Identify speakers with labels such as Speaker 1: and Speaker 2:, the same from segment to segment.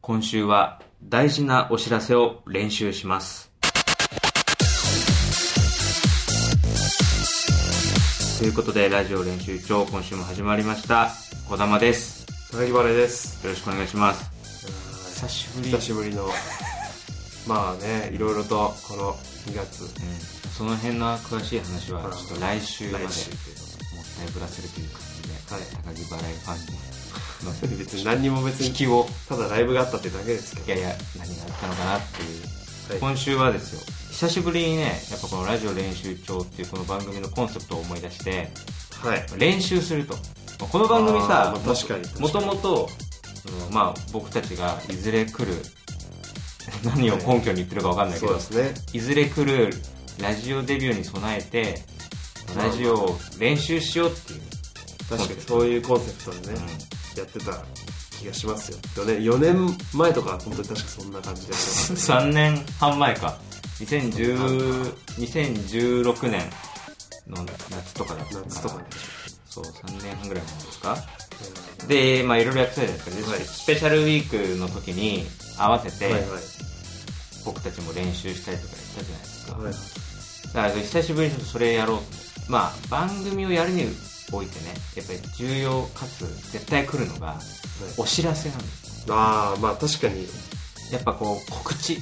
Speaker 1: 今週は大事なお知らせを練習します。ということで、ラジオ練習帳、今週も始まりました。小玉です。
Speaker 2: 高木バレーです
Speaker 1: よろしくお願いします。
Speaker 2: 久
Speaker 1: 久し
Speaker 2: しぶり のまあねいろいろとこの2月
Speaker 1: うん、その辺の詳しい話は、ちょっと来週まで、も
Speaker 2: 来週という
Speaker 1: ったいぶらせるという感
Speaker 2: はい
Speaker 1: じで、高木バレーファンに載 せ
Speaker 2: 別に何にも別
Speaker 1: る。引
Speaker 2: に
Speaker 1: きを、
Speaker 2: ただライブがあったってだけです
Speaker 1: い
Speaker 2: け
Speaker 1: やいや、何があったのかなっていう。
Speaker 2: ど、はい、
Speaker 1: 今週はですよ久しぶりにねやっぱこのラジオ練習帳っていうこの番組のコンセプトを思い出して
Speaker 2: はい
Speaker 1: 練習するとこの番組さ
Speaker 2: あーまあ確かに
Speaker 1: もともとうんまあ僕たちがいずれ来る 何を根拠に言ってるか分かんないけ
Speaker 2: そう
Speaker 1: ど、
Speaker 2: ですね
Speaker 1: い、ずれ来るラジオデビューに備えてラジオを練習しようっていう、
Speaker 2: 確かにそういうコンセプトでね、やってた気がしますよ4年 ,4 年前とか本当に確かそんな感じで
Speaker 1: 3年半前か2010 2016年の夏とかだったかな
Speaker 2: 夏とかね
Speaker 1: そう3年半ぐらい前ですか でまあいろいろやってたじゃないですか、で
Speaker 2: はい
Speaker 1: スペシャルウィークの時に合わせ
Speaker 2: はい
Speaker 1: て
Speaker 2: はい
Speaker 1: 僕たちも練習したりとかやったじゃないですか、
Speaker 2: はい
Speaker 1: だから久しぶりにちょっとそれやろうとまあ番組をやるにおいてねやっぱり重要かつ絶対来るのがお知らせなんです
Speaker 2: ああまあ確かに
Speaker 1: やっぱこう告知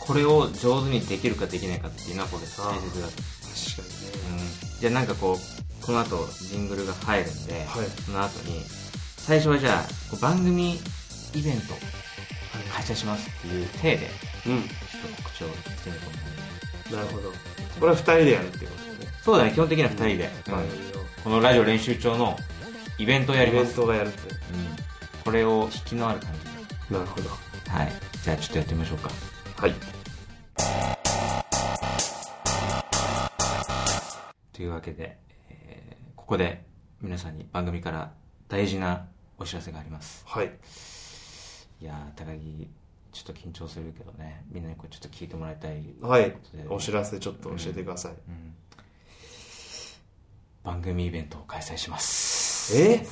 Speaker 1: これを上手にできるかできないかっていうのはこれ大切だと思う
Speaker 2: 確かにね、
Speaker 1: うんじゃあなんかこうこの後ジングルが入るんで、
Speaker 2: はい
Speaker 1: その後に最初はじゃあこう番組イベント開催しますっていう体で
Speaker 2: うん
Speaker 1: ちょっと告知をしてみようと思
Speaker 2: なるほどこれは2人でやるっていうことですね
Speaker 1: うそうだね基本的には2人で、
Speaker 2: 番
Speaker 1: うん
Speaker 2: 組を
Speaker 1: このラジオ練習帳のイベントをや
Speaker 2: イ
Speaker 1: り
Speaker 2: ベ
Speaker 1: ま
Speaker 2: ン
Speaker 1: す、
Speaker 2: トがやるって
Speaker 1: うんこれを引きのある感じで
Speaker 2: なるほど
Speaker 1: はいじゃあちょっとやってみましょうか
Speaker 2: はい
Speaker 1: というわけで、えーここで皆さんに番組から大事なお知らせがあります
Speaker 2: はい
Speaker 1: いやー高木ちょっと緊張するけどねみんなにこうちょっと聞いてもらいたい、
Speaker 2: はい
Speaker 1: とで
Speaker 2: お知らせちょっと教えてください、
Speaker 1: うん番組イベントを開催します
Speaker 2: え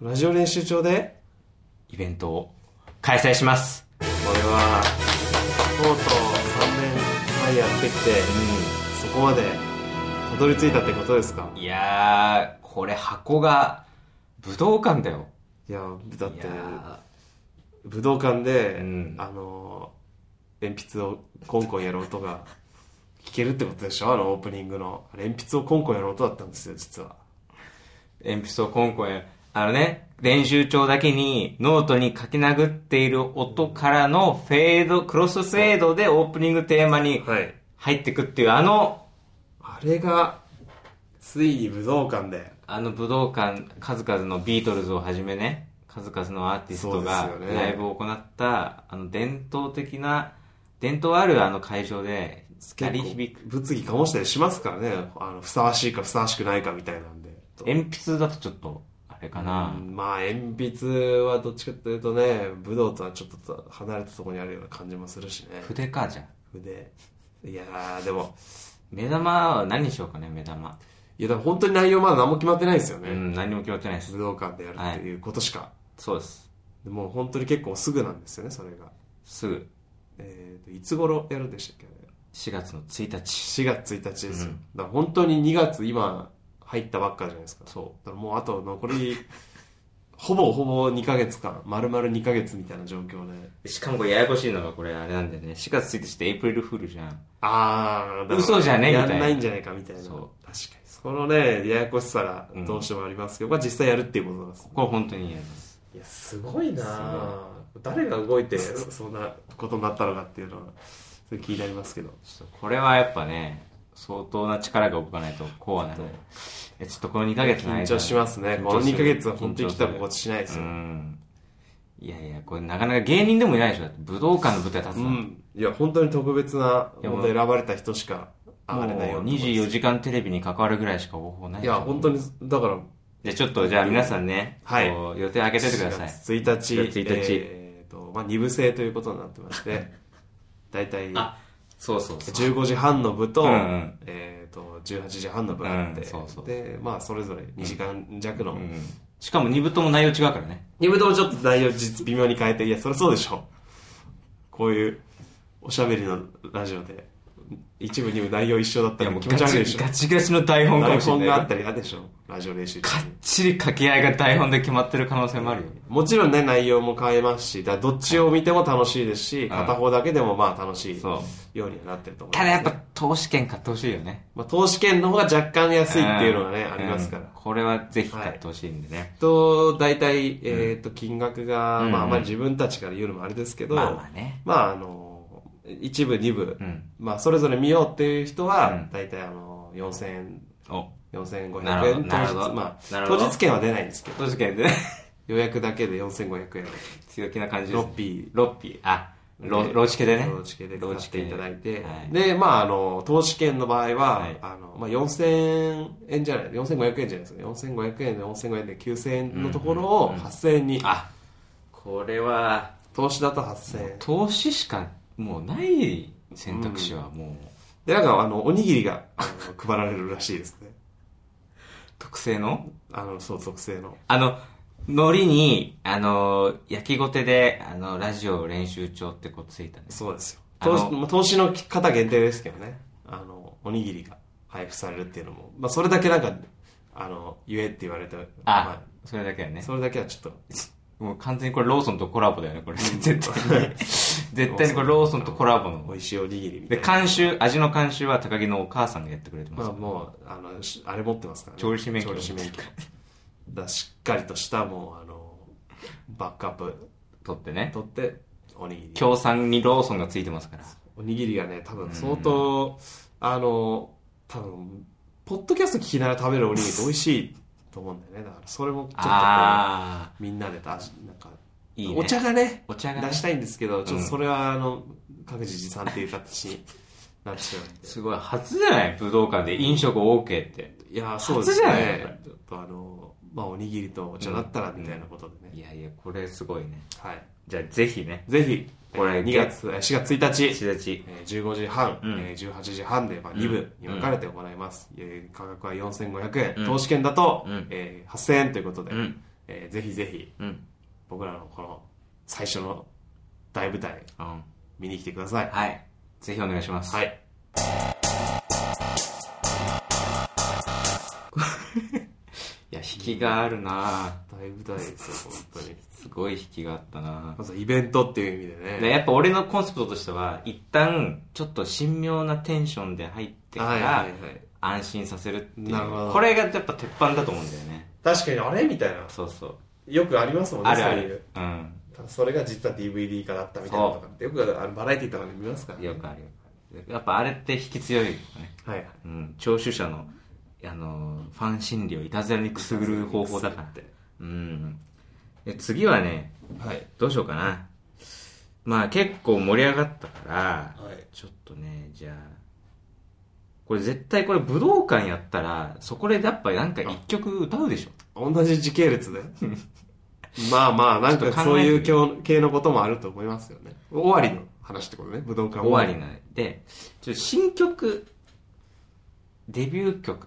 Speaker 2: ラジオ練習場で
Speaker 1: イベントを開催します
Speaker 2: これはとうとう3年半やってきて
Speaker 1: う
Speaker 2: そこまでたどり着いたってことですか
Speaker 1: んいやーこれ箱が武道館だよ
Speaker 2: いやだって
Speaker 1: いや
Speaker 2: 武道館で、
Speaker 1: うん
Speaker 2: あの鉛筆をコンコンやる音が聞けるってことでしょあのオープニングのあれ鉛筆をコンコンやる音だったんですよ実は
Speaker 1: ー鉛筆をコンコンやあのね練習帳だけにノートに書き殴っている音からのフェードクロスフェードでオープニングテーマに
Speaker 2: はい
Speaker 1: 入ってくっていうあの
Speaker 2: あれがついに武道館で
Speaker 1: あの武道館、数々のビートルズをはじめね、数々のアーティストが
Speaker 2: そうですよね
Speaker 1: ライブを行った、あの伝統的な、伝統あるあの会場で、鳴り響く。
Speaker 2: 物議醸したりしますからねあのふさわしいかふさわしくないかみたいなんで
Speaker 1: 鉛筆だとちょっと、あれかな
Speaker 2: う。んまあ鉛筆はどっちかというとね武道とはちょっと離れたところにあるような感じもするしね
Speaker 1: 筆かじゃん。
Speaker 2: 筆いやーでも
Speaker 1: 目玉は何にしようかね、目玉。
Speaker 2: いやでも本当に内容まだ何も決まってないですよ
Speaker 1: う
Speaker 2: ね、
Speaker 1: ん、何も決まってないです
Speaker 2: 武。道館でやるっていうことしか、
Speaker 1: そうです。
Speaker 2: でもう本当に結構すぐなんですよねそれが
Speaker 1: すぐ、
Speaker 2: えーといつ頃やるんでしたっけね
Speaker 1: 4月の1日。
Speaker 2: 4月1日ですよ、
Speaker 1: うん
Speaker 2: だから本当に2月今入ったばっかじゃないですか
Speaker 1: そ
Speaker 2: だからもうあと残り ほぼほぼ2ヶ月間丸々2ヶ月みたいな状況で
Speaker 1: う。しかもこれややこしいのがこれあれなんだよね。4月1日ってエイプリルフールじゃん。
Speaker 2: ああ
Speaker 1: 嘘じゃねえみた
Speaker 2: や
Speaker 1: いなん
Speaker 2: ないんじゃないかみたいな
Speaker 1: そう
Speaker 2: 確かにそこのねややこしさがどうしてもありますけど、まあ実際やるっていうことなんです
Speaker 1: これ本当にやります。
Speaker 2: いやすごい
Speaker 1: す
Speaker 2: な誰が動い てそんなことになったのかっていうのはそれ気になりますけど
Speaker 1: ちょっとこれはやっぱね、相当な力が動かないとこうはならない。えちょっとこの2ヶ月の間
Speaker 2: 緊張しますねこの2ヶ月は本当に来たら
Speaker 1: こ
Speaker 2: 心地しないですよ、
Speaker 1: ん。いやいや、これなかなか芸人でもいないでしょ。だって武道館の舞台立つ
Speaker 2: う
Speaker 1: の。も
Speaker 2: ん、いや本当に特別な
Speaker 1: や
Speaker 2: 本当に選ばれた人しか上がれないよう
Speaker 1: う
Speaker 2: なとこです
Speaker 1: 24時間テレビに関わるぐらいしか方法ない
Speaker 2: いや本当
Speaker 1: に。
Speaker 2: にだから
Speaker 1: じゃあちょっと、じゃあ皆さんね、
Speaker 2: はい
Speaker 1: こう予定開けててください。
Speaker 2: 4月1日
Speaker 1: 4月1日
Speaker 2: えーとまあ、2部制ということになってま して大体
Speaker 1: あ、そうそうそう。
Speaker 2: 15時半の部と,、
Speaker 1: うんうん
Speaker 2: えー、と18時半の部があって、
Speaker 1: うんそうそう
Speaker 2: でまあ、それぞれ2時間弱の
Speaker 1: うんしかも2部とも内容違うからね。
Speaker 2: 二部ともちょっと内容実微妙に変えて、いや、そりゃそうでしょ。こういう、おしゃべりのラジオで、一部二部内容一緒だっ
Speaker 1: い
Speaker 2: た
Speaker 1: や
Speaker 2: ら
Speaker 1: もう
Speaker 2: 気
Speaker 1: ガ
Speaker 2: 持ち悪いで
Speaker 1: チ
Speaker 2: しょ。
Speaker 1: ガチガチの台本かも
Speaker 2: 台
Speaker 1: しれな
Speaker 2: 本
Speaker 1: いよ。
Speaker 2: があったり嫌でしょ。ラジオ練習中
Speaker 1: かっちり掛け合いが台本で決まってる可能性もあるよ。
Speaker 2: もちろんね、内容も変えますし、だからどっちを見ても楽しいですし、
Speaker 1: ん
Speaker 2: 片方だけでもまあ楽しい
Speaker 1: そ
Speaker 2: ようにはなってると思いま
Speaker 1: ただ
Speaker 2: すね、
Speaker 1: やっぱ投資券買ってほしいよね。
Speaker 2: まあ、投資券の方が若干安いっていうのがね、
Speaker 1: ん
Speaker 2: ありますから
Speaker 1: うん。これはぜひ買ってほしいんでね。
Speaker 2: と、大体、えっ、と、金額が、
Speaker 1: うん
Speaker 2: まあ、あまり自分たちから言うのもあれですけど、
Speaker 1: まあまあね。
Speaker 2: まあ、あの、一部、二部、
Speaker 1: うん。
Speaker 2: まあ、それぞれ見ようっていう人
Speaker 1: う
Speaker 2: は
Speaker 1: ん、
Speaker 2: 大体、あの、4000円、
Speaker 1: お、な
Speaker 2: 4500
Speaker 1: るほど
Speaker 2: 円、当
Speaker 1: なる
Speaker 2: 日
Speaker 1: ほど、
Speaker 2: ま
Speaker 1: な
Speaker 2: あ、
Speaker 1: るほ
Speaker 2: 当
Speaker 1: ど
Speaker 2: 日券は出ないんですけど、
Speaker 1: 投資券でね。
Speaker 2: 予約だけで4500円、
Speaker 1: 強気な感じです。
Speaker 2: ロッピ
Speaker 1: ロッピー。あ、ロ
Speaker 2: で
Speaker 1: ローチ系でね。
Speaker 2: ローチ系で使っていただいて、
Speaker 1: はい
Speaker 2: で、まあ、あの、投資券の場合は、
Speaker 1: はい
Speaker 2: あの、まあ、4000円じゃない、4500円じゃないですか、4500円で4500円で9000円のところ
Speaker 1: うん
Speaker 2: を
Speaker 1: うんうん
Speaker 2: 8000円に、
Speaker 1: あ、これは、
Speaker 2: 投資だと8000円。
Speaker 1: 投資しかもうない選択肢はもう、
Speaker 2: で、なんか、あの、おにぎりがあの配られるらしいですね。
Speaker 1: 特製の
Speaker 2: あの、そう、特製の。
Speaker 1: あの、海苔に、あの、焼きごてで、あの、ラジオ練習帳ってこうついたんです。
Speaker 2: そうですよ。
Speaker 1: あの
Speaker 2: 投資まあ投資の方限定ですけどね。あの、おにぎりが配布されるっていうのも、まあ、それだけなんか、あの、言えって言われて、
Speaker 1: あ
Speaker 2: ま、
Speaker 1: それだけや
Speaker 2: あ、
Speaker 1: ね。
Speaker 2: それだけはちょっと、
Speaker 1: もう完全にこれローソンとコラボだよね、こ れ。絶対に。絶対にこれローソンとコラボの
Speaker 2: 美。味しいおにぎりみた
Speaker 1: で、
Speaker 2: いな。
Speaker 1: 監修、味の監修は高木のお母さんがやってくれてま
Speaker 2: まあ、
Speaker 1: す。
Speaker 2: もう、あの、しあれ持ってますからね。
Speaker 1: 調理師免許
Speaker 2: 調理師免許。だしっかりとした、もう、あの、バックアップ
Speaker 1: 取ってね。
Speaker 2: 取って、おにぎり。
Speaker 1: 協賛にローソンがついてますから。
Speaker 2: おにぎりがね多分相当、あの多分ポッドキャスト聞きながら食べるおにぎりって美味しいと思うんだよねだからそれもちょっとこ
Speaker 1: あ
Speaker 2: うみんなでたなんか
Speaker 1: ー、いいね。
Speaker 2: お茶がね
Speaker 1: お茶がね
Speaker 2: 出したいんですけどちょっ
Speaker 1: うん
Speaker 2: とそれはあの、各自持参っていう形になってしまうんです
Speaker 1: ごい、初じゃない武道館で飲食 OK って。
Speaker 2: いやーそうで
Speaker 1: 初
Speaker 2: す
Speaker 1: じゃないやっぱ
Speaker 2: ねちょっとあのまあおにぎりとお茶だったらみたいなことでね、
Speaker 1: いやいや、これすごいね。
Speaker 2: はい
Speaker 1: じゃあ、ぜひね、
Speaker 2: ぜひ
Speaker 1: こ
Speaker 2: こ
Speaker 1: れ
Speaker 2: れ2月えー4月1日
Speaker 1: 石田ち。
Speaker 2: えー15時半、
Speaker 1: うん
Speaker 2: えー18時半で、まあ、2部に分かれて行います、えー価格は4500円、
Speaker 1: うん
Speaker 2: 投資券だと、
Speaker 1: うん
Speaker 2: えー8000円ということで、
Speaker 1: うん
Speaker 2: えーぜひぜひ
Speaker 1: うん。
Speaker 2: 僕らのこの最初の大舞台
Speaker 1: うん。
Speaker 2: 見に来てください
Speaker 1: はい。ぜひお願いします。
Speaker 2: はい
Speaker 1: いや、引きがあるな
Speaker 2: 大舞台ですよ本当に
Speaker 1: すごい引きがあったな
Speaker 2: まずイベントっていう意味でね
Speaker 1: でやっぱ俺のコンセプトとしては、一旦、ちょっと神妙なテンションで入ってか
Speaker 2: はいはいは
Speaker 1: ら
Speaker 2: い、
Speaker 1: 安心させるっていう
Speaker 2: なるほ。ど
Speaker 1: これがやっぱ鉄板だと思うんだよね。
Speaker 2: 確かにあれみたいな
Speaker 1: そうそう。
Speaker 2: よくありますもんね
Speaker 1: あるあ
Speaker 2: そういう
Speaker 1: る。うん。
Speaker 2: それが実は DVD 化だったみたいなのとかってよくあのバラエティーとかで見ますからね
Speaker 1: よくあるよくある。やっぱあれって引き強いよね。
Speaker 2: はいはい
Speaker 1: うん、聴取者の、あのーファン心理をいたずらにくすぐる方法だからって。うん。で次はね、
Speaker 2: はい
Speaker 1: どうしようかな。まあ結構盛り上がったから、
Speaker 2: はい
Speaker 1: ちょっとね、じゃあ、これ絶対これ武道館やったら、そこでやっぱなんか一曲歌うでしょ。
Speaker 2: 同じ時系 列でまあまあなん
Speaker 1: ちょっ
Speaker 2: か
Speaker 1: と考え
Speaker 2: そういう系系のこともあると思いますよね終わりの話ってことね武道館
Speaker 1: 終わりなんで、ちょっと新曲、デビュー曲、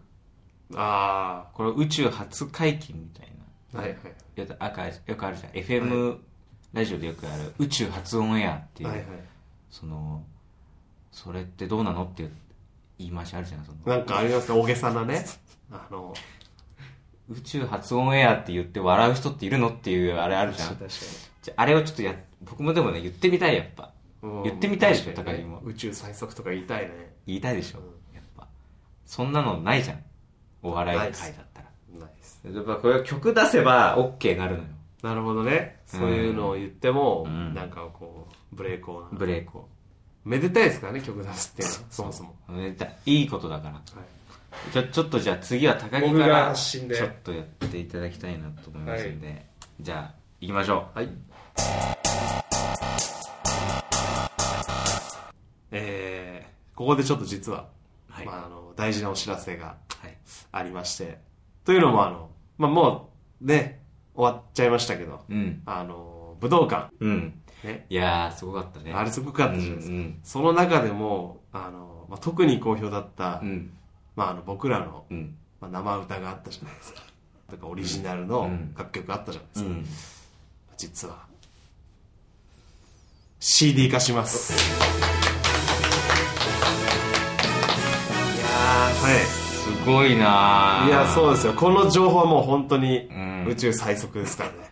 Speaker 2: あ
Speaker 1: これ宇宙初解禁みたいな。
Speaker 2: あはいはい
Speaker 1: よくあよくあるじゃん FM ラジオでよくある宇宙発音エアっていう、
Speaker 2: はいはい
Speaker 1: そのそれってどうなのっていう言い回しあるじゃんその
Speaker 2: なんかありますね大げさなねあの
Speaker 1: 宇宙発音エアって言って笑う人っているのっていうあれあるじゃん
Speaker 2: 確か
Speaker 1: じゃあれをちょっとや僕もでもね言ってみたいやっぱ
Speaker 2: にうん
Speaker 1: 言ってみたいでしょ
Speaker 2: 確かにね
Speaker 1: 高木も
Speaker 2: 宇宙最速とか言いたいね
Speaker 1: 言いたいでしょ、
Speaker 2: うん
Speaker 1: やっぱそんなのないじゃんお笑い
Speaker 2: な
Speaker 1: 会
Speaker 2: いっす
Speaker 1: だったら
Speaker 2: ナイス
Speaker 1: やっぱこれ曲出せば OK になるのよ
Speaker 2: なるほどねそういうのを言っても、
Speaker 1: うん
Speaker 2: なんかこうブレーコーな
Speaker 1: ブレイクを
Speaker 2: めでたいですからね曲出すっていうのはそもそも、
Speaker 1: ねだいいことだから
Speaker 2: はい
Speaker 1: ちょちょっとじゃあ次は高木
Speaker 2: 僕
Speaker 1: か
Speaker 2: が
Speaker 1: ら
Speaker 2: 発
Speaker 1: ち
Speaker 2: 信で
Speaker 1: ょっとやっていただきたいなと思いますんで、じゃあ行きましょ
Speaker 2: はい。えー、ここでちょっと実は、
Speaker 1: はい
Speaker 2: まあ、あの大事なお知らせが
Speaker 1: うはい
Speaker 2: ありまして、というのもあの、まあ、もうね、終わっちゃいましたけど、
Speaker 1: うん
Speaker 2: あの、武道館、
Speaker 1: うん
Speaker 2: ね、
Speaker 1: いやーすごかったね
Speaker 2: あれすごかったじゃないですか。
Speaker 1: うん
Speaker 2: その中でも、あの、まあ、特に好評だった、
Speaker 1: うん
Speaker 2: まあ、あの僕らの、
Speaker 1: うん
Speaker 2: まあ、生歌があったじゃないですか。とかオリジナルの
Speaker 1: うん
Speaker 2: 楽曲あったじゃないで
Speaker 1: う
Speaker 2: すか、
Speaker 1: ん。
Speaker 2: 実は CD 化しますいやー
Speaker 1: すごいな
Speaker 2: はい
Speaker 1: ぁ
Speaker 2: いやそうですよこの情報はもう本当に
Speaker 1: ん
Speaker 2: 宇宙最速ですからね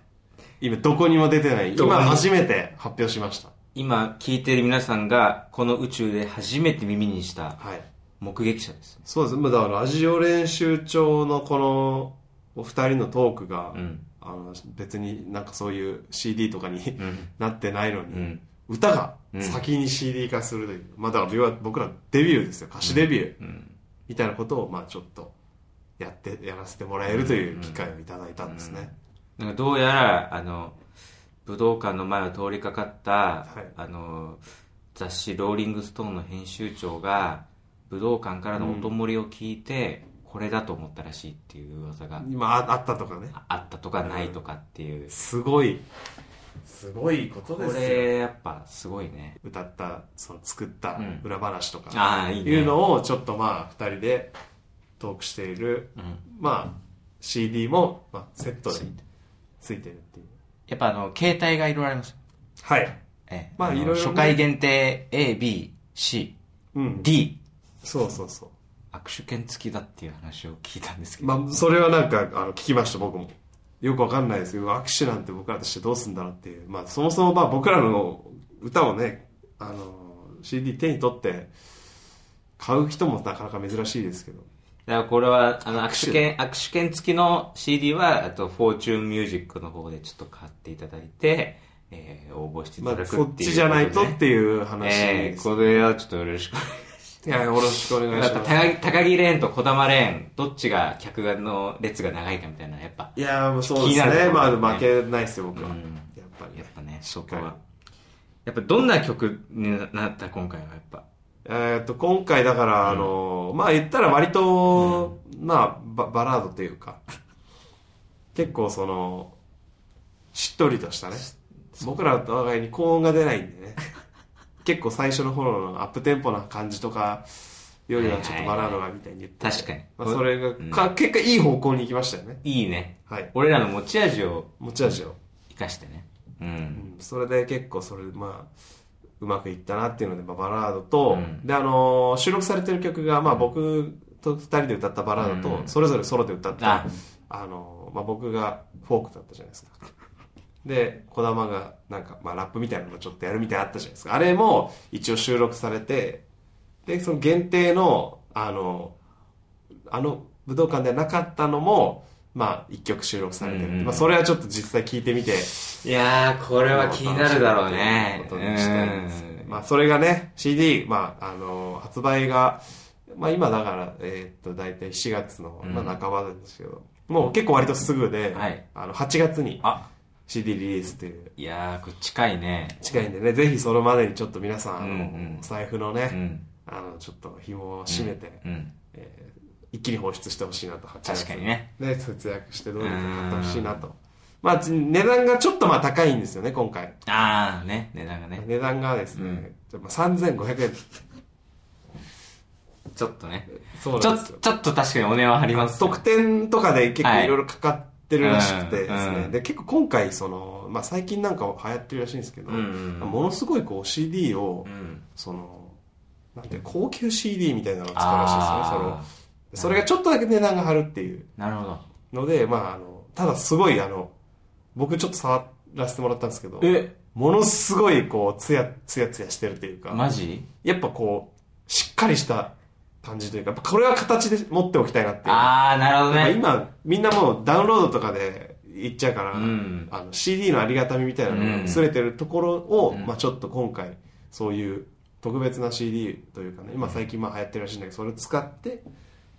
Speaker 2: 今どこにも出てない
Speaker 1: どこ
Speaker 2: 今
Speaker 1: にも
Speaker 2: 初めて発表しました
Speaker 1: 今聞いてる皆さんが、この宇宙で初めて耳にした
Speaker 2: はい
Speaker 1: 目撃者です。
Speaker 2: そうですまあだからラジオ練習帳のこのお二人のトークが、
Speaker 1: うん。
Speaker 2: あの別になんかそういう CD とかに、
Speaker 1: うん。
Speaker 2: なってないのに、
Speaker 1: うん
Speaker 2: 歌が
Speaker 1: うん
Speaker 2: 先に CD 化するという、まあだから要は僕らデビューですよ歌手デビュー
Speaker 1: うん。
Speaker 2: みたいなことをまあちょっとやってやらせてもらえるという機会をいただいたんですね、
Speaker 1: なんかどうやら、あの、武道館の前を通りかかった、
Speaker 2: い
Speaker 1: あの、雑誌ローリングストーンの編集長が、武道館からの音漏れを聞いて、これだと思ったらしいっていう噂が
Speaker 2: 今ああったとかね
Speaker 1: ああったとかないとかっていう。
Speaker 2: すごいすごいこと
Speaker 1: こ
Speaker 2: ですよ
Speaker 1: れ、やっぱすごいね。
Speaker 2: 歌ったその作った
Speaker 1: うん
Speaker 2: 裏話とか
Speaker 1: ああ、いいね。
Speaker 2: いうのをちょっとまあ2人でトークしている、
Speaker 1: うん。
Speaker 2: まあ CD もまあセットでついてるっていう
Speaker 1: やっぱあの、携帯がいろいろあります。
Speaker 2: はい
Speaker 1: ええ。
Speaker 2: まあ
Speaker 1: の
Speaker 2: いろいろね
Speaker 1: 初回限定 A、B、C、
Speaker 2: うん、
Speaker 1: D。
Speaker 2: そうそうそう
Speaker 1: 握手券付きだっていう話を聞いたんですけど。
Speaker 2: まあ、それはなんか、あの、聞きました、僕も。よくわかんないですけど、握手なんて僕らとしてどうすんだろうっていう。まあ、そもそもまあ、僕らの歌をね、あの、CD 手に取って、買う人もなかなか珍しいですけど。
Speaker 1: だからこれは、あの、握手券、握手券付きの CD は、あと、フォーチューンミュージックの方でちょっと買っていただいて、えー、応募してい
Speaker 2: ま
Speaker 1: ただく
Speaker 2: あ、
Speaker 1: っていう
Speaker 2: そっちじゃないとっていう話
Speaker 1: え
Speaker 2: で
Speaker 1: ー、
Speaker 2: す。
Speaker 1: これはちょっとよろしくお願いします。
Speaker 2: いや、よろしくお願い
Speaker 1: やっ
Speaker 2: し
Speaker 1: ぱ
Speaker 2: ます。
Speaker 1: 高木高木レーンと小玉レーン、どっちが客の列が長いかみたいな、やっぱ。
Speaker 2: いや、もうそうで
Speaker 1: 気になる
Speaker 2: す
Speaker 1: ところ
Speaker 2: ね。まあ、
Speaker 1: ね
Speaker 2: 負けないですよ、僕は。
Speaker 1: うん
Speaker 2: やっぱり、
Speaker 1: やっぱね、そ
Speaker 2: っ
Speaker 1: こ
Speaker 2: かり
Speaker 1: は。やっぱどんな曲になった今回はやっぱ。
Speaker 2: えーっと、今回だから、あの、まあ言ったら割と、まあバ、バラードというか、結構その、しっとりとしたね。僕らお互いに高音が出ないん でね。結構最初の頃のアップテンポな感じとか、よりはちょっとバラードがみたいに言ってて。
Speaker 1: 確かに
Speaker 2: まあそれが、
Speaker 1: うん
Speaker 2: か結果いい方向に行きましたよね。
Speaker 1: いいね。
Speaker 2: はい。
Speaker 1: 俺らの持ち味を
Speaker 2: 持ち味を。
Speaker 1: 生かしてね。う。
Speaker 2: うんんそれで結構それ、まあ、うまくいったなっていうので、まあ、バラードと、
Speaker 1: うん
Speaker 2: で、あのー収録されてる曲が、まあ、僕と二人で歌ったバラードと、
Speaker 1: うん
Speaker 2: それぞれソロで歌った、
Speaker 1: あ
Speaker 2: あのーまあ、僕がフォークだったじゃないですか。で、児玉が、なんか、まあ、ラップみたいなのをちょっとやるみたいなのあったじゃないですか。あれも、一応収録されて、で、その限定の、あのーあの、武道館ではなかったのも、まあ、一曲収録されてる。
Speaker 1: うんうん
Speaker 2: まあ、それはちょっと実際聞いてみて、
Speaker 1: いやー、これは気になるだろうね。
Speaker 2: ことにしたいですね
Speaker 1: うん。
Speaker 2: まあ、それがね、CD、まあ、あの、発売が、まあ今だから、えーっと、だいたい4月の、
Speaker 1: うん
Speaker 2: まあ半ばなんですけど、もう結構割とすぐで、
Speaker 1: はい
Speaker 2: あの、8月に
Speaker 1: あ、
Speaker 2: CD リリースという、
Speaker 1: いやー、これ近いね。
Speaker 2: 近いんでね、ぜひそのまでにちょっと皆さん、あの
Speaker 1: うんうん
Speaker 2: お財布の
Speaker 1: う
Speaker 2: ね、
Speaker 1: ん。
Speaker 2: あの、ちょっと紐を締めて、
Speaker 1: うん。
Speaker 2: えー一気に放出してほしいなと、8
Speaker 1: 確かにね。
Speaker 2: で、節約してどうにか買ってほしいなと。まあ、ち値段がちょっとまあ高いんですよね、今回。
Speaker 1: あー、ね、値段がね。
Speaker 2: 値段がです
Speaker 1: う
Speaker 2: ね
Speaker 1: ん、
Speaker 2: じゃあまあ3500円。
Speaker 1: ちょっとね。
Speaker 2: そう
Speaker 1: ち
Speaker 2: な
Speaker 1: ょ
Speaker 2: ん
Speaker 1: っ
Speaker 2: です
Speaker 1: と、ち
Speaker 2: よ。
Speaker 1: ょっと確かにお値は張りますね。
Speaker 2: 特典とかで結構いろいろかかってるらしくてですね。
Speaker 1: はいうんうん
Speaker 2: で、結構今回、その、まあ最近なんか流行ってるらしいんですけど、
Speaker 1: うんうんうん
Speaker 2: ものすごいこう CD を
Speaker 1: う、ん。
Speaker 2: その、なんていうの高級 CD みたいなのを使うらしいですね。
Speaker 1: あ、
Speaker 2: そのそれがちょっとだけ値段が張るっていう
Speaker 1: ー、なるほど。
Speaker 2: ので、まああの、ただすごいあの、僕ちょっと触らせてもらったんですけど、
Speaker 1: え、
Speaker 2: ものすごいこう、ツヤ、ツヤツヤしてるというか、
Speaker 1: マジ
Speaker 2: やっぱこう、しっかりした感じというか、やっぱこれは形で持っておきたいなっていう。
Speaker 1: あー、なるほど
Speaker 2: やっぱ
Speaker 1: ね。
Speaker 2: 今、みんなもうダウンロードとかで行っちゃうから、
Speaker 1: うん
Speaker 2: あの CD のありがたみみたいなのが薄れてるところを、まあちょっと今回、そういう特別な CD というかね、今最近まあ流行ってるらしいんだけど、それを使って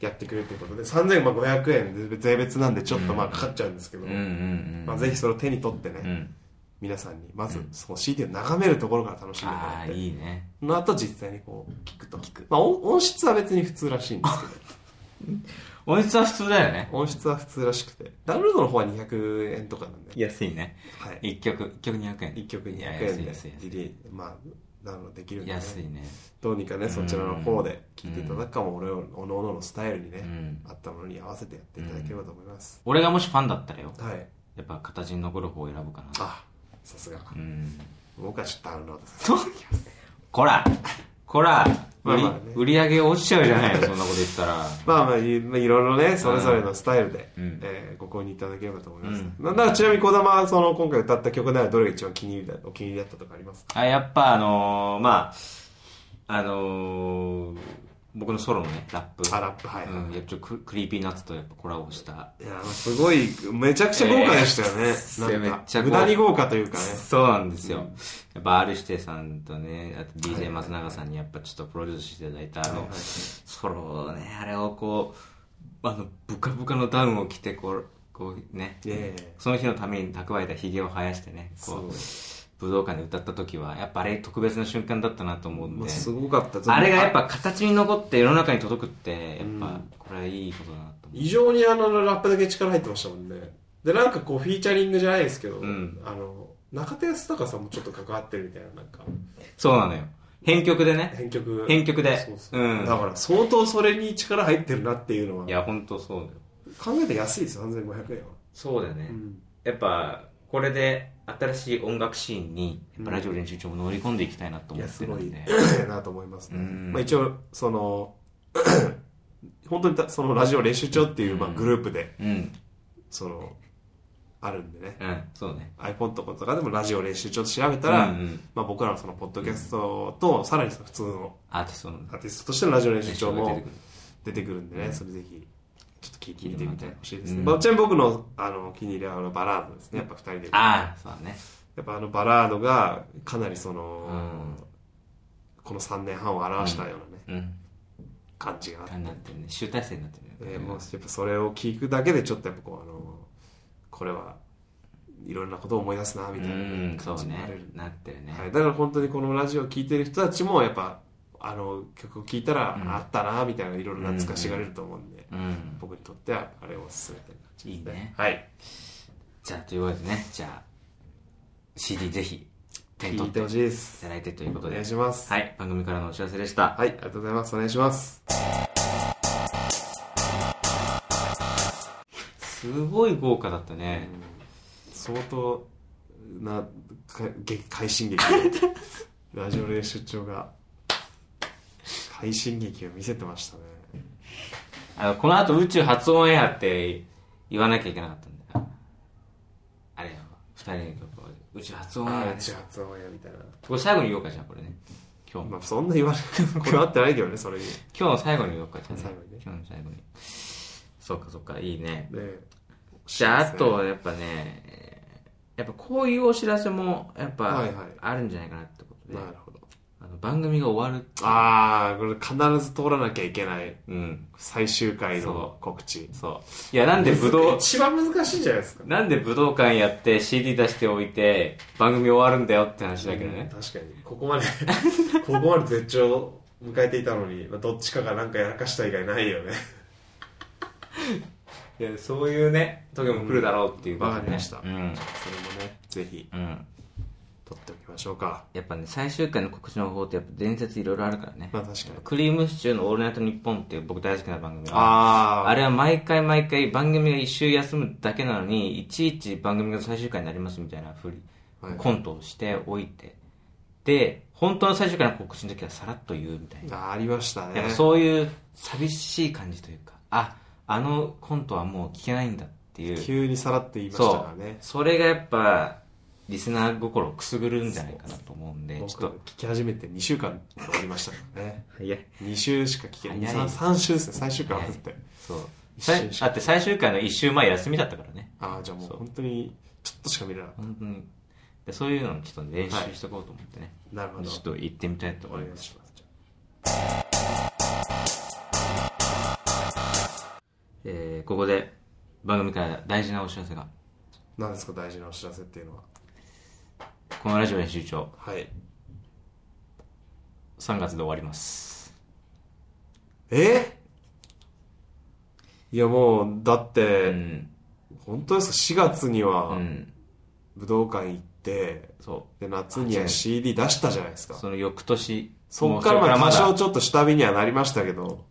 Speaker 2: やってくれるということで、3500円で税別なんでちょっとまあかかっちゃうんですけど、
Speaker 1: うんうんうん。
Speaker 2: まあぜひそれを手に取ってね、
Speaker 1: うん。
Speaker 2: 皆さんに、まずその CD を眺めるところから楽しんでもら
Speaker 1: あ
Speaker 2: っ
Speaker 1: あ、
Speaker 2: て、
Speaker 1: いいね。
Speaker 2: その後実際にこう聞くと。まあ音音質は別に普通らしいんですけど、
Speaker 1: 音質は普通だよね。
Speaker 2: 音質は普通らしくて、ダウンロードの方は200円とかなんで、
Speaker 1: 安いね。
Speaker 2: はい。
Speaker 1: 一曲、一曲200円。
Speaker 2: 1曲200
Speaker 1: いや安
Speaker 2: 円
Speaker 1: い
Speaker 2: で
Speaker 1: 安い安い
Speaker 2: リリーまあ、あのできるんで、ね、
Speaker 1: 安いね。
Speaker 2: どうにかねそちらの方で聞いていただくかも、俺をおのおののスタイルにね、
Speaker 1: うん
Speaker 2: あったものに合わせてやっていただければと思います、
Speaker 1: 俺がもしファンだったらよ。
Speaker 2: はい
Speaker 1: やっぱ形に残る方を選ぶかな。
Speaker 2: あさすが
Speaker 1: うん。
Speaker 2: 僕はちょっとあるなと
Speaker 1: こらこら
Speaker 2: ま
Speaker 1: 売
Speaker 2: あ
Speaker 1: り
Speaker 2: まあね
Speaker 1: 売り上げ落ちちゃうじゃないのそんなこと言ったら。
Speaker 2: まあまあいまあいろいろねそれぞれのスタイルで、
Speaker 1: うん
Speaker 2: えーご購入いただければと思います、
Speaker 1: う
Speaker 2: ななちなみに児玉はその今回歌った曲ならどれが一番気に入りだお気に入りだったとかありますか
Speaker 1: あ、やっぱあのー、まあ、あのー、僕のソロのね、ラップ。
Speaker 2: あラップはい、
Speaker 1: うん、やっぱちょっとククリーピーナッツとやっぱコラボした。
Speaker 2: いやーすごいめちゃくちゃ豪華でしたよね、
Speaker 1: えー
Speaker 2: なん
Speaker 1: めっ
Speaker 2: か
Speaker 1: ちゃ豪
Speaker 2: 無
Speaker 1: 華
Speaker 2: 駄に豪華というかね
Speaker 1: そうなんですよ。やっぱ R 指定さんとね、あと DJ 松永さんにやっぱちょっとプロデュースしていただいたあ
Speaker 2: はい
Speaker 1: の
Speaker 2: はい、
Speaker 1: ソロをね、あれをこう、あの、ブカブカのダウンを着て、こう、こうね、
Speaker 2: いやいやいや
Speaker 1: その日のために蓄えたヒゲを生やしてね、こう、武道館で歌った時は、やっぱあれ特別な瞬間だったなと思うん
Speaker 2: もう
Speaker 1: で、
Speaker 2: すごかった
Speaker 1: あれがやっぱ形に残って世の中に届くって、やっぱこれはいいことだなと思う。
Speaker 2: 異常にあのラップだけ力入ってましたもんねでなんかこうフィーチャリングじゃないですけど、
Speaker 1: ん
Speaker 2: あの中田康隆さんもちょっと関わってるみたいななんか
Speaker 1: そうなのよ。編曲でね。
Speaker 2: 編曲
Speaker 1: 編曲で
Speaker 2: そうそう
Speaker 1: うん
Speaker 2: だから相当それに力入ってるなっていうのはい
Speaker 1: や、ほんとそうだよ。
Speaker 2: 考えて安いです3500円は、
Speaker 1: そうだよね。
Speaker 2: うん
Speaker 1: やっぱこれで新しい音楽シーンにやっぱラジオ練習長も乗り込んでいきたいなと
Speaker 2: い
Speaker 1: 思
Speaker 2: や
Speaker 1: って
Speaker 2: す
Speaker 1: る
Speaker 2: ごい
Speaker 1: んで
Speaker 2: なと思いますね、
Speaker 1: うん
Speaker 2: まあ、一応その 本当にたそのラジオ練習帳っていうまあ
Speaker 1: うん
Speaker 2: グループで
Speaker 1: うん
Speaker 2: そのあるんでね
Speaker 1: うんそうね
Speaker 2: iPhone とかとかでもラジオ練習帳って調べたら、
Speaker 1: うんうん
Speaker 2: まあ、僕らのそのポッドキャストとさらにその普通の
Speaker 1: アーティストの
Speaker 2: アーティストとしてのラジオ練習
Speaker 1: 練
Speaker 2: 帳
Speaker 1: 習が出てく
Speaker 2: も
Speaker 1: る
Speaker 2: 出てくるんでね、それぜひちょっと聞いてみてほしいですね、
Speaker 1: うん
Speaker 2: まあ、ちなみに僕のあの気に入りはあのバラードですねやっぱ2人で
Speaker 1: ああそうだね
Speaker 2: やっぱあのバラードがかなりその、
Speaker 1: うん
Speaker 2: この3年半を表したようなね、
Speaker 1: うん
Speaker 2: 感じがあって
Speaker 1: あ、なってるね集大成になってるね
Speaker 2: えーもうやっぱそれを聞くだけでちょっとやっぱこうあのこれはいろんなことを思い出すなみ
Speaker 1: う
Speaker 2: たい
Speaker 1: ん
Speaker 2: な
Speaker 1: そ
Speaker 2: 感
Speaker 1: う
Speaker 2: じにな
Speaker 1: ね
Speaker 2: れる、
Speaker 1: なってるね
Speaker 2: はい、だから本当にこのラジオを聴いてる人たちもやっぱあの曲を聴いたら、
Speaker 1: うん
Speaker 2: あったなみたいないろいろ懐かしがれると思うんで、
Speaker 1: うん
Speaker 2: 僕にとってはあれをおすすめって感じです
Speaker 1: いいね
Speaker 2: はい
Speaker 1: じゃあということでねじゃあ CD ぜひ手に
Speaker 2: 聴
Speaker 1: 取っ
Speaker 2: い
Speaker 1: ててい
Speaker 2: ほしいです
Speaker 1: ただいてということ
Speaker 2: お
Speaker 1: で
Speaker 2: 願いします
Speaker 1: はい番組からのお知らせでした
Speaker 2: はい、ありがとうございますお願いします
Speaker 1: すごい豪華だったね
Speaker 2: 相当なかげ快進撃ラジオ練習長が快進撃を見せてましたね
Speaker 1: あの、この後宇宙発音エアって言わなきゃいけなかったんだよ。あれよ、二人の曲を宇宙発音エア
Speaker 2: ああ
Speaker 1: で
Speaker 2: 違
Speaker 1: す。
Speaker 2: 発音やみたいな、
Speaker 1: これ最後に言おうか、じゃあこれね。今日、
Speaker 2: まあ、そんな言わないこだわってないけどねそれにね
Speaker 1: 今日の最後に言おうか、じゃあ、ね、
Speaker 2: 最後にね
Speaker 1: 今日の最後に。そっかそっか、いいね。
Speaker 2: え
Speaker 1: じゃあ、あとはやっぱね、えーやっぱこういうお知らせも、やっぱ
Speaker 2: はいはい、
Speaker 1: あるんじゃないかなってことで、
Speaker 2: なるほど
Speaker 1: あの番組が終わる。
Speaker 2: ああこれ必ず通らなきゃいけない
Speaker 1: うん、
Speaker 2: 最終回
Speaker 1: そ
Speaker 2: の告知
Speaker 1: そう。いや、なんで武道、
Speaker 2: 一番難しいんじゃないですか
Speaker 1: なんで武道館やって CD 出しておいて、番組終わるんだよって話だけどね。
Speaker 2: 確かにここまで ここまで絶頂を迎えていたのに、まあ、どっちかがなんかやらかした以外ないよね
Speaker 1: いやそういうね時も来るだろうっていうことね
Speaker 2: わかりました
Speaker 1: うん、うん
Speaker 2: それもねぜひ撮っておきましょうか
Speaker 1: やっぱね最終回の告知の方ってやっぱ伝説いろいろあるからね、
Speaker 2: まあ確かに
Speaker 1: クリームシチューの「オールナイトニッポン」っていう僕大好きな番組は
Speaker 2: あ
Speaker 1: あ
Speaker 2: あ
Speaker 1: れは毎回毎回番組が一周休むだけなのにいちいち番組が最終回になりますみたいなふり、
Speaker 2: はい
Speaker 1: コントをしておいてで本当の最終回の告知の時はさらっと言うみたいな、
Speaker 2: あありました
Speaker 1: やっ
Speaker 2: ね
Speaker 1: ぱそういう寂しい感じというかああのコントはもう聞けないんだっていう
Speaker 2: 急にさらって言いました
Speaker 1: そ
Speaker 2: から
Speaker 1: う
Speaker 2: ね
Speaker 1: それがやっぱリスナー心をくすぐるんじゃないかなと思うんでち
Speaker 2: 僕
Speaker 1: ょっと
Speaker 2: 聞き始めて2週間終わりましたからね
Speaker 1: いや
Speaker 2: 2週しか聞けない
Speaker 1: 早い
Speaker 2: 3, 週ですね最終回合わせて
Speaker 1: そう
Speaker 2: 一
Speaker 1: さい
Speaker 2: 瞬しか
Speaker 1: だって最終回の1週前休みだったからね
Speaker 2: ああじゃあもう
Speaker 1: そう
Speaker 2: 本当にちょっとしか見れなかっ
Speaker 1: 本当にでそういうのをちょっと練習しとこうと思ってね、
Speaker 2: たなるほど
Speaker 1: ちょっと行ってみたいと
Speaker 2: お
Speaker 1: 思い
Speaker 2: 願い
Speaker 1: ます
Speaker 2: しますじゃ
Speaker 1: えーここで番組から大事なお知らせが
Speaker 2: あ何ですか大事なお知らせっていうのは
Speaker 1: このラジオ編集長
Speaker 2: はい
Speaker 1: 3月で終わります
Speaker 2: えいやもうだっ
Speaker 1: う
Speaker 2: て
Speaker 1: ん
Speaker 2: 本当ですか4月に
Speaker 1: う
Speaker 2: は
Speaker 1: ん
Speaker 2: 武道館行って、
Speaker 1: そ
Speaker 2: で、夏には CD 出したじゃないです
Speaker 1: う。
Speaker 2: か。
Speaker 1: その翌年。
Speaker 2: そっからまあ
Speaker 1: もう
Speaker 2: 多
Speaker 1: それからま
Speaker 2: 少
Speaker 1: だ
Speaker 2: ちょっと下火にはなりましたけど、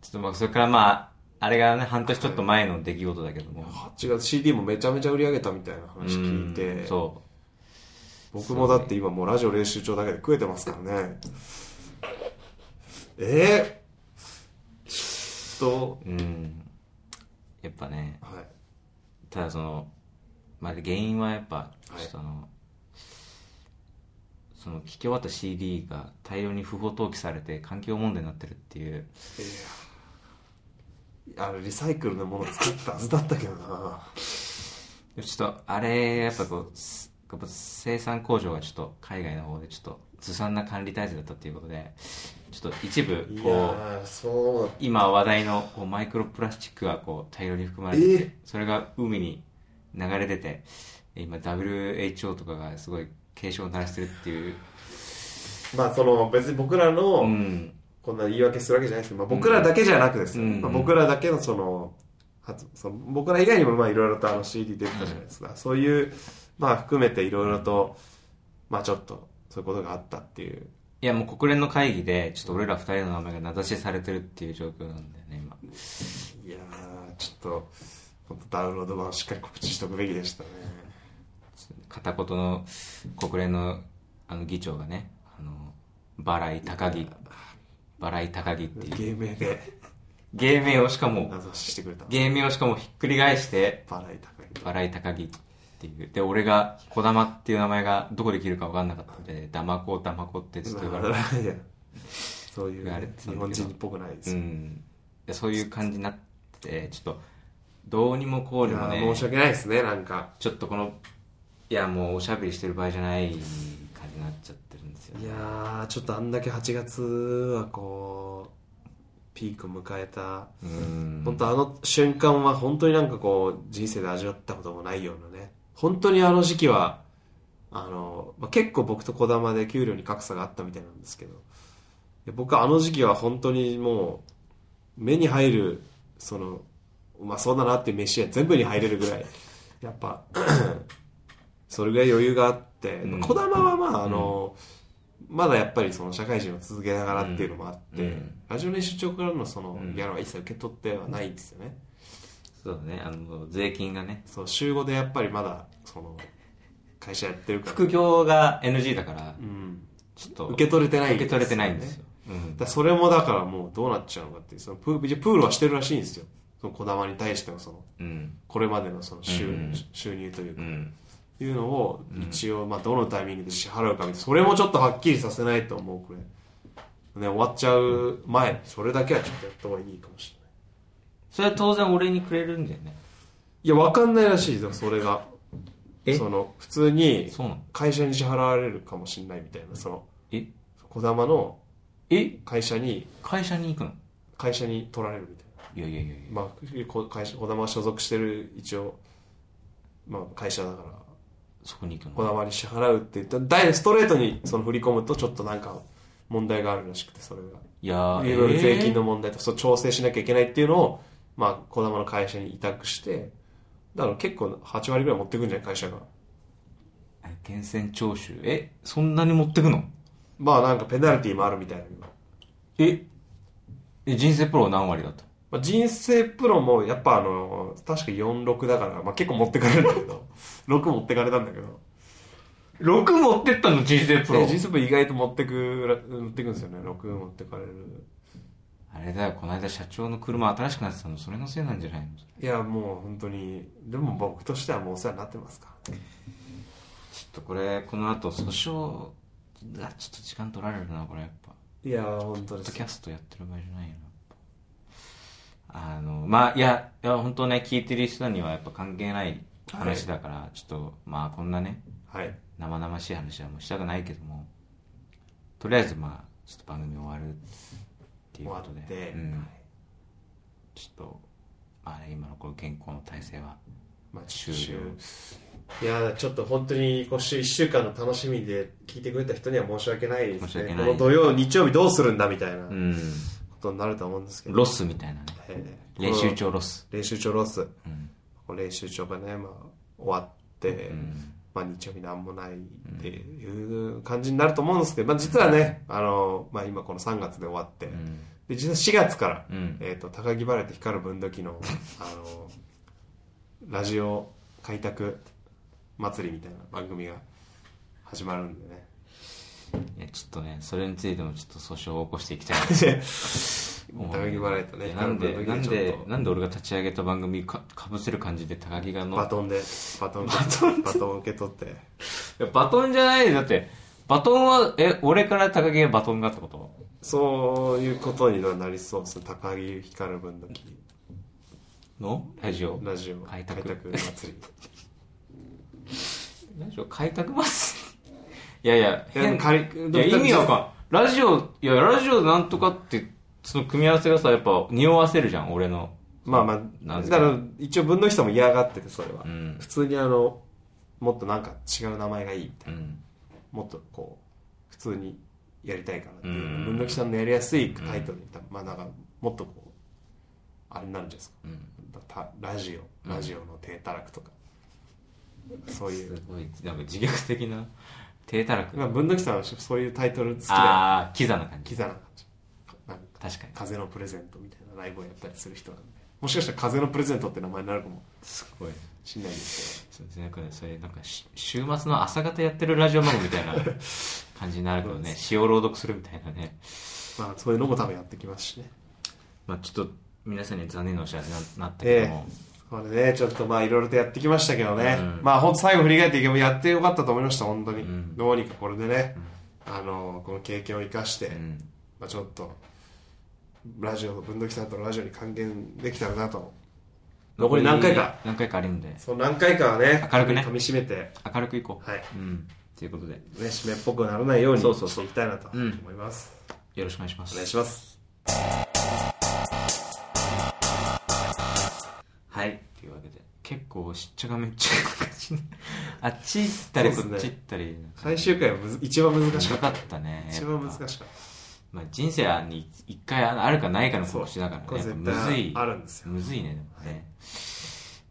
Speaker 1: ちょっとまあ、それからまあ、あれがね、半年ちょっと前の出来事だけども。
Speaker 2: 8月 CD もめちゃめちゃ売り上げたみたいな話聞い
Speaker 1: うん
Speaker 2: て、
Speaker 1: そ
Speaker 2: 僕もだって今もうラジオ練習帳だけで食えてますからね。えー、ちょ
Speaker 1: う。うん。やっぱね
Speaker 2: っ、と、はい。
Speaker 1: ただその、まあ、原因はやっぱ、
Speaker 2: はい
Speaker 1: ちょっとあの、その、聴き終わった CD が大量に不法投棄されて環境問題になってるっていう。
Speaker 2: いやあれリサイクルのもの作ったはずだったけどな
Speaker 1: ちょっと、あれ、やっぱこう、すやっぱ生産工場がちょっと海外の方でちょっとずさんな管理体制だったっていうことで、ちょっと一部、
Speaker 2: い
Speaker 1: こう、
Speaker 2: やそう
Speaker 1: 今話題のこうマイクロプラスチックがこう大量に含まれてて、
Speaker 2: ええ
Speaker 1: それが海に流れ出て今 WHO とかがすごい警鐘を鳴らしてるっていう、
Speaker 2: まあその別に僕らの、
Speaker 1: うん、
Speaker 2: こんな言い訳するわけじゃないですけど、まあ、僕らだけじゃなくですね、
Speaker 1: うん
Speaker 2: まあ、僕らだけのその発その僕ら以外にもまあいろいろとあの CD 出てたじゃないですか、そういうまあ含めていろいろとまあちょっとそういうことがあったっていう
Speaker 1: いやもう国連の会議でちょっと俺ら二人の名前が名指しされてるっていう状況なんだよね今
Speaker 2: いやーちょっと本当ダウンロード版をしっかり告知しておくべきでしたね
Speaker 1: 片言の国連のあの議長がねあのバライ高木バライ高木っていう
Speaker 2: 芸名で
Speaker 1: 芸名をしかも
Speaker 2: 名指ししてくれた
Speaker 1: 芸名をしかもひっくり返して
Speaker 2: バラエ高い
Speaker 1: 笑い高木っていう。で、俺が、小玉っていう名前がどこで切るか分かんなかったんで、ダマコ、ダマコってずっと言われて。
Speaker 2: いやそういうね、
Speaker 1: 言われてたんだけど
Speaker 2: 日本人っぽくないです
Speaker 1: う
Speaker 2: よ、
Speaker 1: ん。でそういう感じになってて、ちょっと、どうにもこう
Speaker 2: い
Speaker 1: に
Speaker 2: や
Speaker 1: もね
Speaker 2: ー、申し訳ないですねなんか
Speaker 1: ちょっとこの、いや、もうおしゃべりしてる場合じゃない感じになっちゃってるんですよ
Speaker 2: い
Speaker 1: ね。
Speaker 2: やーちょっとあんだけ8月はこうピーク迎えた、
Speaker 1: うん。
Speaker 2: 本当あの瞬間は本当になんかこう人生で味わったこともないようなね本当にあの時期はあの、まあ、結構僕と児玉で給料に格差があったみたいなんですけどいや僕はあの時期は本当にもう目に入るそのうまそうだなっていう飯屋全部に入れるぐらい やっぱ それぐらい余裕があって、
Speaker 1: うん
Speaker 2: 児玉はまああの、まだやっぱりその社会人を続けながらっていうのもあって、
Speaker 1: うん
Speaker 2: ラジオ練習長からのその
Speaker 1: うん
Speaker 2: ギャラは一切受け取ってはないんですよね。
Speaker 1: そうだね、あの、税金がね。
Speaker 2: そう、週5でやっぱりまだ、その、会社やってるから。
Speaker 1: 副業が NG だから
Speaker 2: う、ん。
Speaker 1: ちょっと、
Speaker 2: 受け取れてない、
Speaker 1: 受け取れてないんですよ。。
Speaker 2: だからそれもだからもうどうなっちゃうのかっていう、そのプール、一応プールはしてるらしいんですよ。その小玉に対してのその、
Speaker 1: うん。うん。
Speaker 2: これまでのその
Speaker 1: う
Speaker 2: 収,、
Speaker 1: ん
Speaker 2: 収入という
Speaker 1: う
Speaker 2: か、
Speaker 1: ん。
Speaker 2: いうのを一応、まあどのタイミングで支払うかみたいな、それもちょっとはっきりさせないと思う、これ。ね、終わっちゃう前、それだけはちょっとやった方がいいかもしれない。
Speaker 1: それは当然俺にくれるんだよね。
Speaker 2: いや、わかんないらしいですよ、それが。
Speaker 1: え
Speaker 2: その、普通に、
Speaker 1: そうなの
Speaker 2: 会社に支払われるかもしれないみたいな、その、
Speaker 1: え
Speaker 2: 小玉の
Speaker 1: え
Speaker 2: 会社に、
Speaker 1: 会社に行くの
Speaker 2: 会社に取られるみたい
Speaker 1: いやいやいやいや
Speaker 2: な。まあ、こ会社、小玉が所属してる、一応、まあ、会社だから、
Speaker 1: そこに行く
Speaker 2: 小
Speaker 1: の
Speaker 2: 玉に支払うって言ったら、ダイレストレートにその振り込むと、ちょっとなんか、問題があるらしくて、それが。
Speaker 1: いやー
Speaker 2: いろいろ税金の
Speaker 1: え
Speaker 2: 問題とか、そう調整しなきゃいけないっていうのを、まあ、小玉の会社に委託して、だから結構8割ぐらい持ってくんじゃない会社が。
Speaker 1: ーえ源泉徴収えそんなに持ってくの
Speaker 2: まあなんかペナルティーもあるみたいな。
Speaker 1: ええ人生プロは何割だった
Speaker 2: まあ、人生プロもやっぱあの、確か4、6だから、まあ結構持ってかれるんだけど、6持 ってかれたんだけど。
Speaker 1: 6持ってったの人生プ
Speaker 2: え
Speaker 1: ロ
Speaker 2: 人生プロ意外と持ってくら、持ってくんですよね。6持ってかれる。
Speaker 1: あれだよこの間社長の車新しくなってたのそれのせいなんじゃないの
Speaker 2: いやもう本当に、でも僕としてはもうお世話になってますからね。
Speaker 1: ちょっとこれこの後訴訟がちょっと時間取られるなこれやっぱ
Speaker 2: いや本当
Speaker 1: ポッ
Speaker 2: で
Speaker 1: ド
Speaker 2: す。
Speaker 1: キャストやってる場合じゃないよなあのまあいやいや本当ね聞いてる人にはやっぱ関係ない話だから、ちょっとまあこんなね
Speaker 2: はい。
Speaker 1: 生々しい話はもうしたくないけどもとりあえずまあちょっと番組終わるってい
Speaker 2: 終
Speaker 1: うこ
Speaker 2: わ
Speaker 1: とで
Speaker 2: って、
Speaker 1: うん、ちょっとまあね今のこの健康の体制は
Speaker 2: まあ
Speaker 1: 終
Speaker 2: 終
Speaker 1: 了
Speaker 2: いやちょっと本当に今週1週間の楽しみで聞いてくれた人には申し訳ないで
Speaker 1: 申し
Speaker 2: すね。
Speaker 1: 訳
Speaker 2: こ
Speaker 1: ない
Speaker 2: の土曜、日曜日どうするんだみたいな
Speaker 1: う
Speaker 2: こ
Speaker 1: ん
Speaker 2: とになると思うんですけど。
Speaker 1: ロスみたいなね
Speaker 2: えー
Speaker 1: 練習帳ロス
Speaker 2: 練習帳ロス
Speaker 1: うん
Speaker 2: 練習帳がね、まあ、終わって、
Speaker 1: うん
Speaker 2: まあ、日曜日なんもないっていう感じになると思うんですけど、まあ、実はね、あの、まあ、今この3月で終わって、
Speaker 1: うん
Speaker 2: で、実は4月から、
Speaker 1: うん
Speaker 2: えっ、と、高木バレーと光る分度器の、あの、ラジオ開拓祭りみたいな番組が始まるんでね。
Speaker 1: いやちょっとねそれについてもちょっと訴訟を起こしていきたいな
Speaker 2: で
Speaker 1: 思う
Speaker 2: 高木バレーとね、
Speaker 1: いやなんで
Speaker 2: 光る
Speaker 1: な
Speaker 2: 分
Speaker 1: ん
Speaker 2: 度器でち
Speaker 1: で
Speaker 2: ょっと、
Speaker 1: なんで俺が立ち上げた番組かかぶせる感じで高木がの
Speaker 2: バトンで、バトン、バトン、バトン受け取って。
Speaker 1: いやバトンじゃないだってバトンはえ俺から高木がバトンがってこと
Speaker 2: そういうことにはなりそうですね。高木光る分の木
Speaker 1: のラジオ
Speaker 2: ラジオ
Speaker 1: 開拓
Speaker 2: 祭 り。
Speaker 1: ラジオ開拓ますいやいや
Speaker 2: いやでも仮
Speaker 1: いや意味わかんラジオいやラジオなんとかってその組み合わせがさやっぱ匂わせるじゃん俺の
Speaker 2: まあま
Speaker 1: な
Speaker 2: あ、
Speaker 1: ん
Speaker 2: だ
Speaker 1: で
Speaker 2: から一応分の人も嫌がってて、それは
Speaker 1: う。ん
Speaker 2: 普通にあの、もっとなんか違う名前がいいみたい
Speaker 1: うん
Speaker 2: な。もっとこう、普通にやりたいからって
Speaker 1: う
Speaker 2: いう。
Speaker 1: ん
Speaker 2: 分の木さんのやりやすいタイトルに、まあなんか、もっとこう、あれになるんじゃない
Speaker 1: うん
Speaker 2: ですか。たラジオ、ラジオの低たらくとか。そうい
Speaker 1: す
Speaker 2: う。
Speaker 1: ごいなんか自虐的な低たらく
Speaker 2: まあ分の木さんはそういうタイトル好きだよね
Speaker 1: ああキザな感
Speaker 2: キ
Speaker 1: じ
Speaker 2: ザな感じなんか
Speaker 1: 確かに
Speaker 2: 風のプレゼントみたいなライブをやったりする人なんでもしかしたら風のプレゼントって名前になるかも
Speaker 1: すごい
Speaker 2: しんないです
Speaker 1: そうですねなんかねそれなんかし週末の朝方やってるラジオ番組みた いな感じになるけどね詩を朗読するみたいなね
Speaker 2: けどまあそういうのも多分やってきますしね
Speaker 1: まあちょっと皆さんに残念なお知らせにななったけども、
Speaker 2: これねちょっとまあいろいろとやってきましたけどね、
Speaker 1: うん
Speaker 2: まあほんと最後振り返っていけばやってよかったと思いました本当に、
Speaker 1: うん
Speaker 2: どうにかこれでね、あのこの経験を生かして、
Speaker 1: うん
Speaker 2: まあ、ちょっとラジオ文土器さんとのラジオに還元できたらなと残り何回か
Speaker 1: 何回かあるんで
Speaker 2: その何回かはね
Speaker 1: 明るくね
Speaker 2: 噛み締めて
Speaker 1: 明るくいこう
Speaker 2: はい
Speaker 1: うんということで
Speaker 2: ね締めっぽくならないように
Speaker 1: そうそう
Speaker 2: していきたいなと
Speaker 1: うん
Speaker 2: 思います、
Speaker 1: よろしくお願いします
Speaker 2: お願いします
Speaker 1: はいというわけで結構しっちゃかめっちゃかな感じね あっち行ったりこ
Speaker 2: そう
Speaker 1: っち
Speaker 2: です
Speaker 1: 行っ
Speaker 2: ね
Speaker 1: たりなんか
Speaker 2: 最終回はむず一番難しか
Speaker 1: 難
Speaker 2: った
Speaker 1: かったね
Speaker 2: 一番難しかっ
Speaker 1: い、
Speaker 2: た
Speaker 1: まあ、人生に一回あるかないかの告知だからね
Speaker 2: これ
Speaker 1: やっぱ
Speaker 2: 絶
Speaker 1: むず
Speaker 2: 対
Speaker 1: い
Speaker 2: あるんですよ
Speaker 1: むずいねでもね、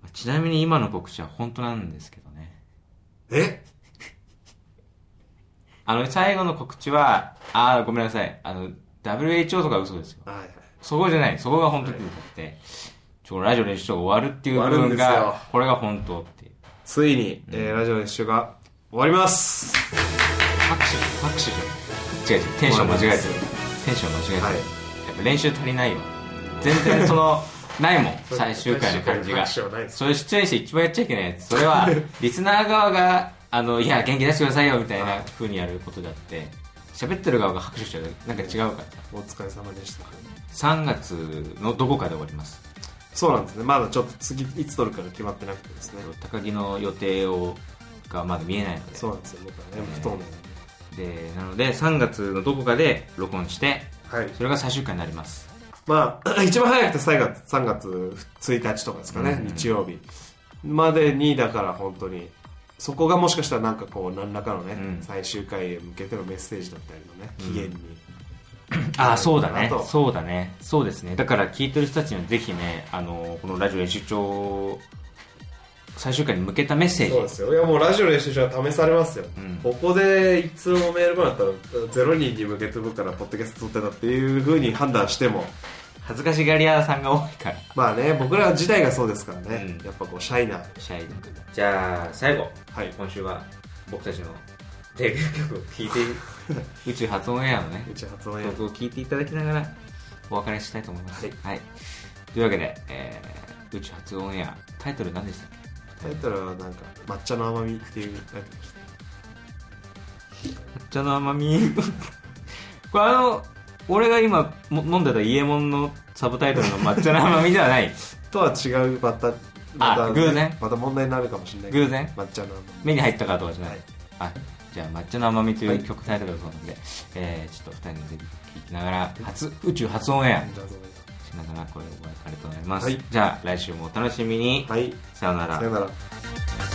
Speaker 1: まあちなみに今の告知は本当なんですけどね
Speaker 2: え
Speaker 1: あの最後の告知はああごめんなさいあの WHO とか嘘ですよ
Speaker 2: はいはい
Speaker 1: そこじゃないそこが本当になくて、ちょラジオ練習が終わるっていう部
Speaker 2: 終わる
Speaker 1: 分
Speaker 2: んですよ
Speaker 1: がこれが本当っていう
Speaker 2: ついに、えーラジオの一周が終わります
Speaker 1: 拍手拍手じゃん違う違うテンション間違えてるテンション間違えてる、
Speaker 2: はい
Speaker 1: やっぱ練習足りないよ全然そ のないもん最終回の感じが
Speaker 2: 最終回の拍手はないです
Speaker 1: そういう出演者一番やっちゃいけないやつそれ はリスナー側があのいや元気出してくださいよみたいな風にやることだって喋ってる側が拍手しちゃうなんか違うから
Speaker 2: お疲れ様でした
Speaker 1: 3月のどこかで終わります
Speaker 2: そうなんですねまだちょっと次いつ撮るかが決まってなくてですね
Speaker 1: 高木の予定をがまだ見えないので
Speaker 2: そうなんですよ僕はね不透明
Speaker 1: でなので3月のどこかで録音して
Speaker 2: はい
Speaker 1: それが最終回になり ます
Speaker 2: まあ 一番早くて3月 ,3 月1日とかですかね、
Speaker 1: うん
Speaker 2: 日曜日までにだから本当にそこがもしかしたらなんかこう何らかのね、
Speaker 1: うん
Speaker 2: 最終回へ向けてのメッセージだったりのね
Speaker 1: うん
Speaker 2: 期限に、
Speaker 1: ああそうだ
Speaker 2: なる
Speaker 1: ね
Speaker 2: ほど
Speaker 1: そうだねそうですねだから聞いてる人たちにはぜひねあのこのラジオ練習帳最終回に向けたメッセージ
Speaker 2: そうですよいやもうラジオ練習者は試されますよ、
Speaker 1: うん
Speaker 2: ここでいつもメールもらったら0人に向けて僕からポッドキャスト撮ってたっていうふうに判断しても
Speaker 1: 恥ずかしがり屋さんが多いから
Speaker 2: まあね僕ら自体がそうですからね、
Speaker 1: うん
Speaker 2: やっぱこうシャイな
Speaker 1: シャイだからじゃあ最後
Speaker 2: はい
Speaker 1: 今週は僕たちのデビュー曲を聴いて 宇宙発音エアのね
Speaker 2: うち発音や
Speaker 1: 曲を聴いていただきながらお別れしたいと思います、
Speaker 2: はい
Speaker 1: というわけで、えー宇宙発音エアタイトル何でしたっけ
Speaker 2: タイトルはなんか抹茶の甘みっていうなんか
Speaker 1: 抹茶の甘み これあの俺が今も飲んでた伊右衛門のサブタイトルの抹茶の甘みではない
Speaker 2: とは違うまたま
Speaker 1: あ
Speaker 2: た
Speaker 1: 偶然
Speaker 2: また問題になるかもしれないけど
Speaker 1: 偶然
Speaker 2: 抹茶の甘み
Speaker 1: 目に入ったかとかじゃない、
Speaker 2: はい
Speaker 1: あじゃあ抹茶の甘みとい
Speaker 2: は
Speaker 1: う
Speaker 2: い
Speaker 1: 曲タイトルだそうなんで、えーちょっと二人のぜひ聴きながら初宇宙初オンエア
Speaker 2: じゃあどうぞ
Speaker 1: しながらこれお別れとなります、
Speaker 2: はい
Speaker 1: じゃあ来週もお楽しみに、
Speaker 2: はい
Speaker 1: さようなら
Speaker 2: さよなら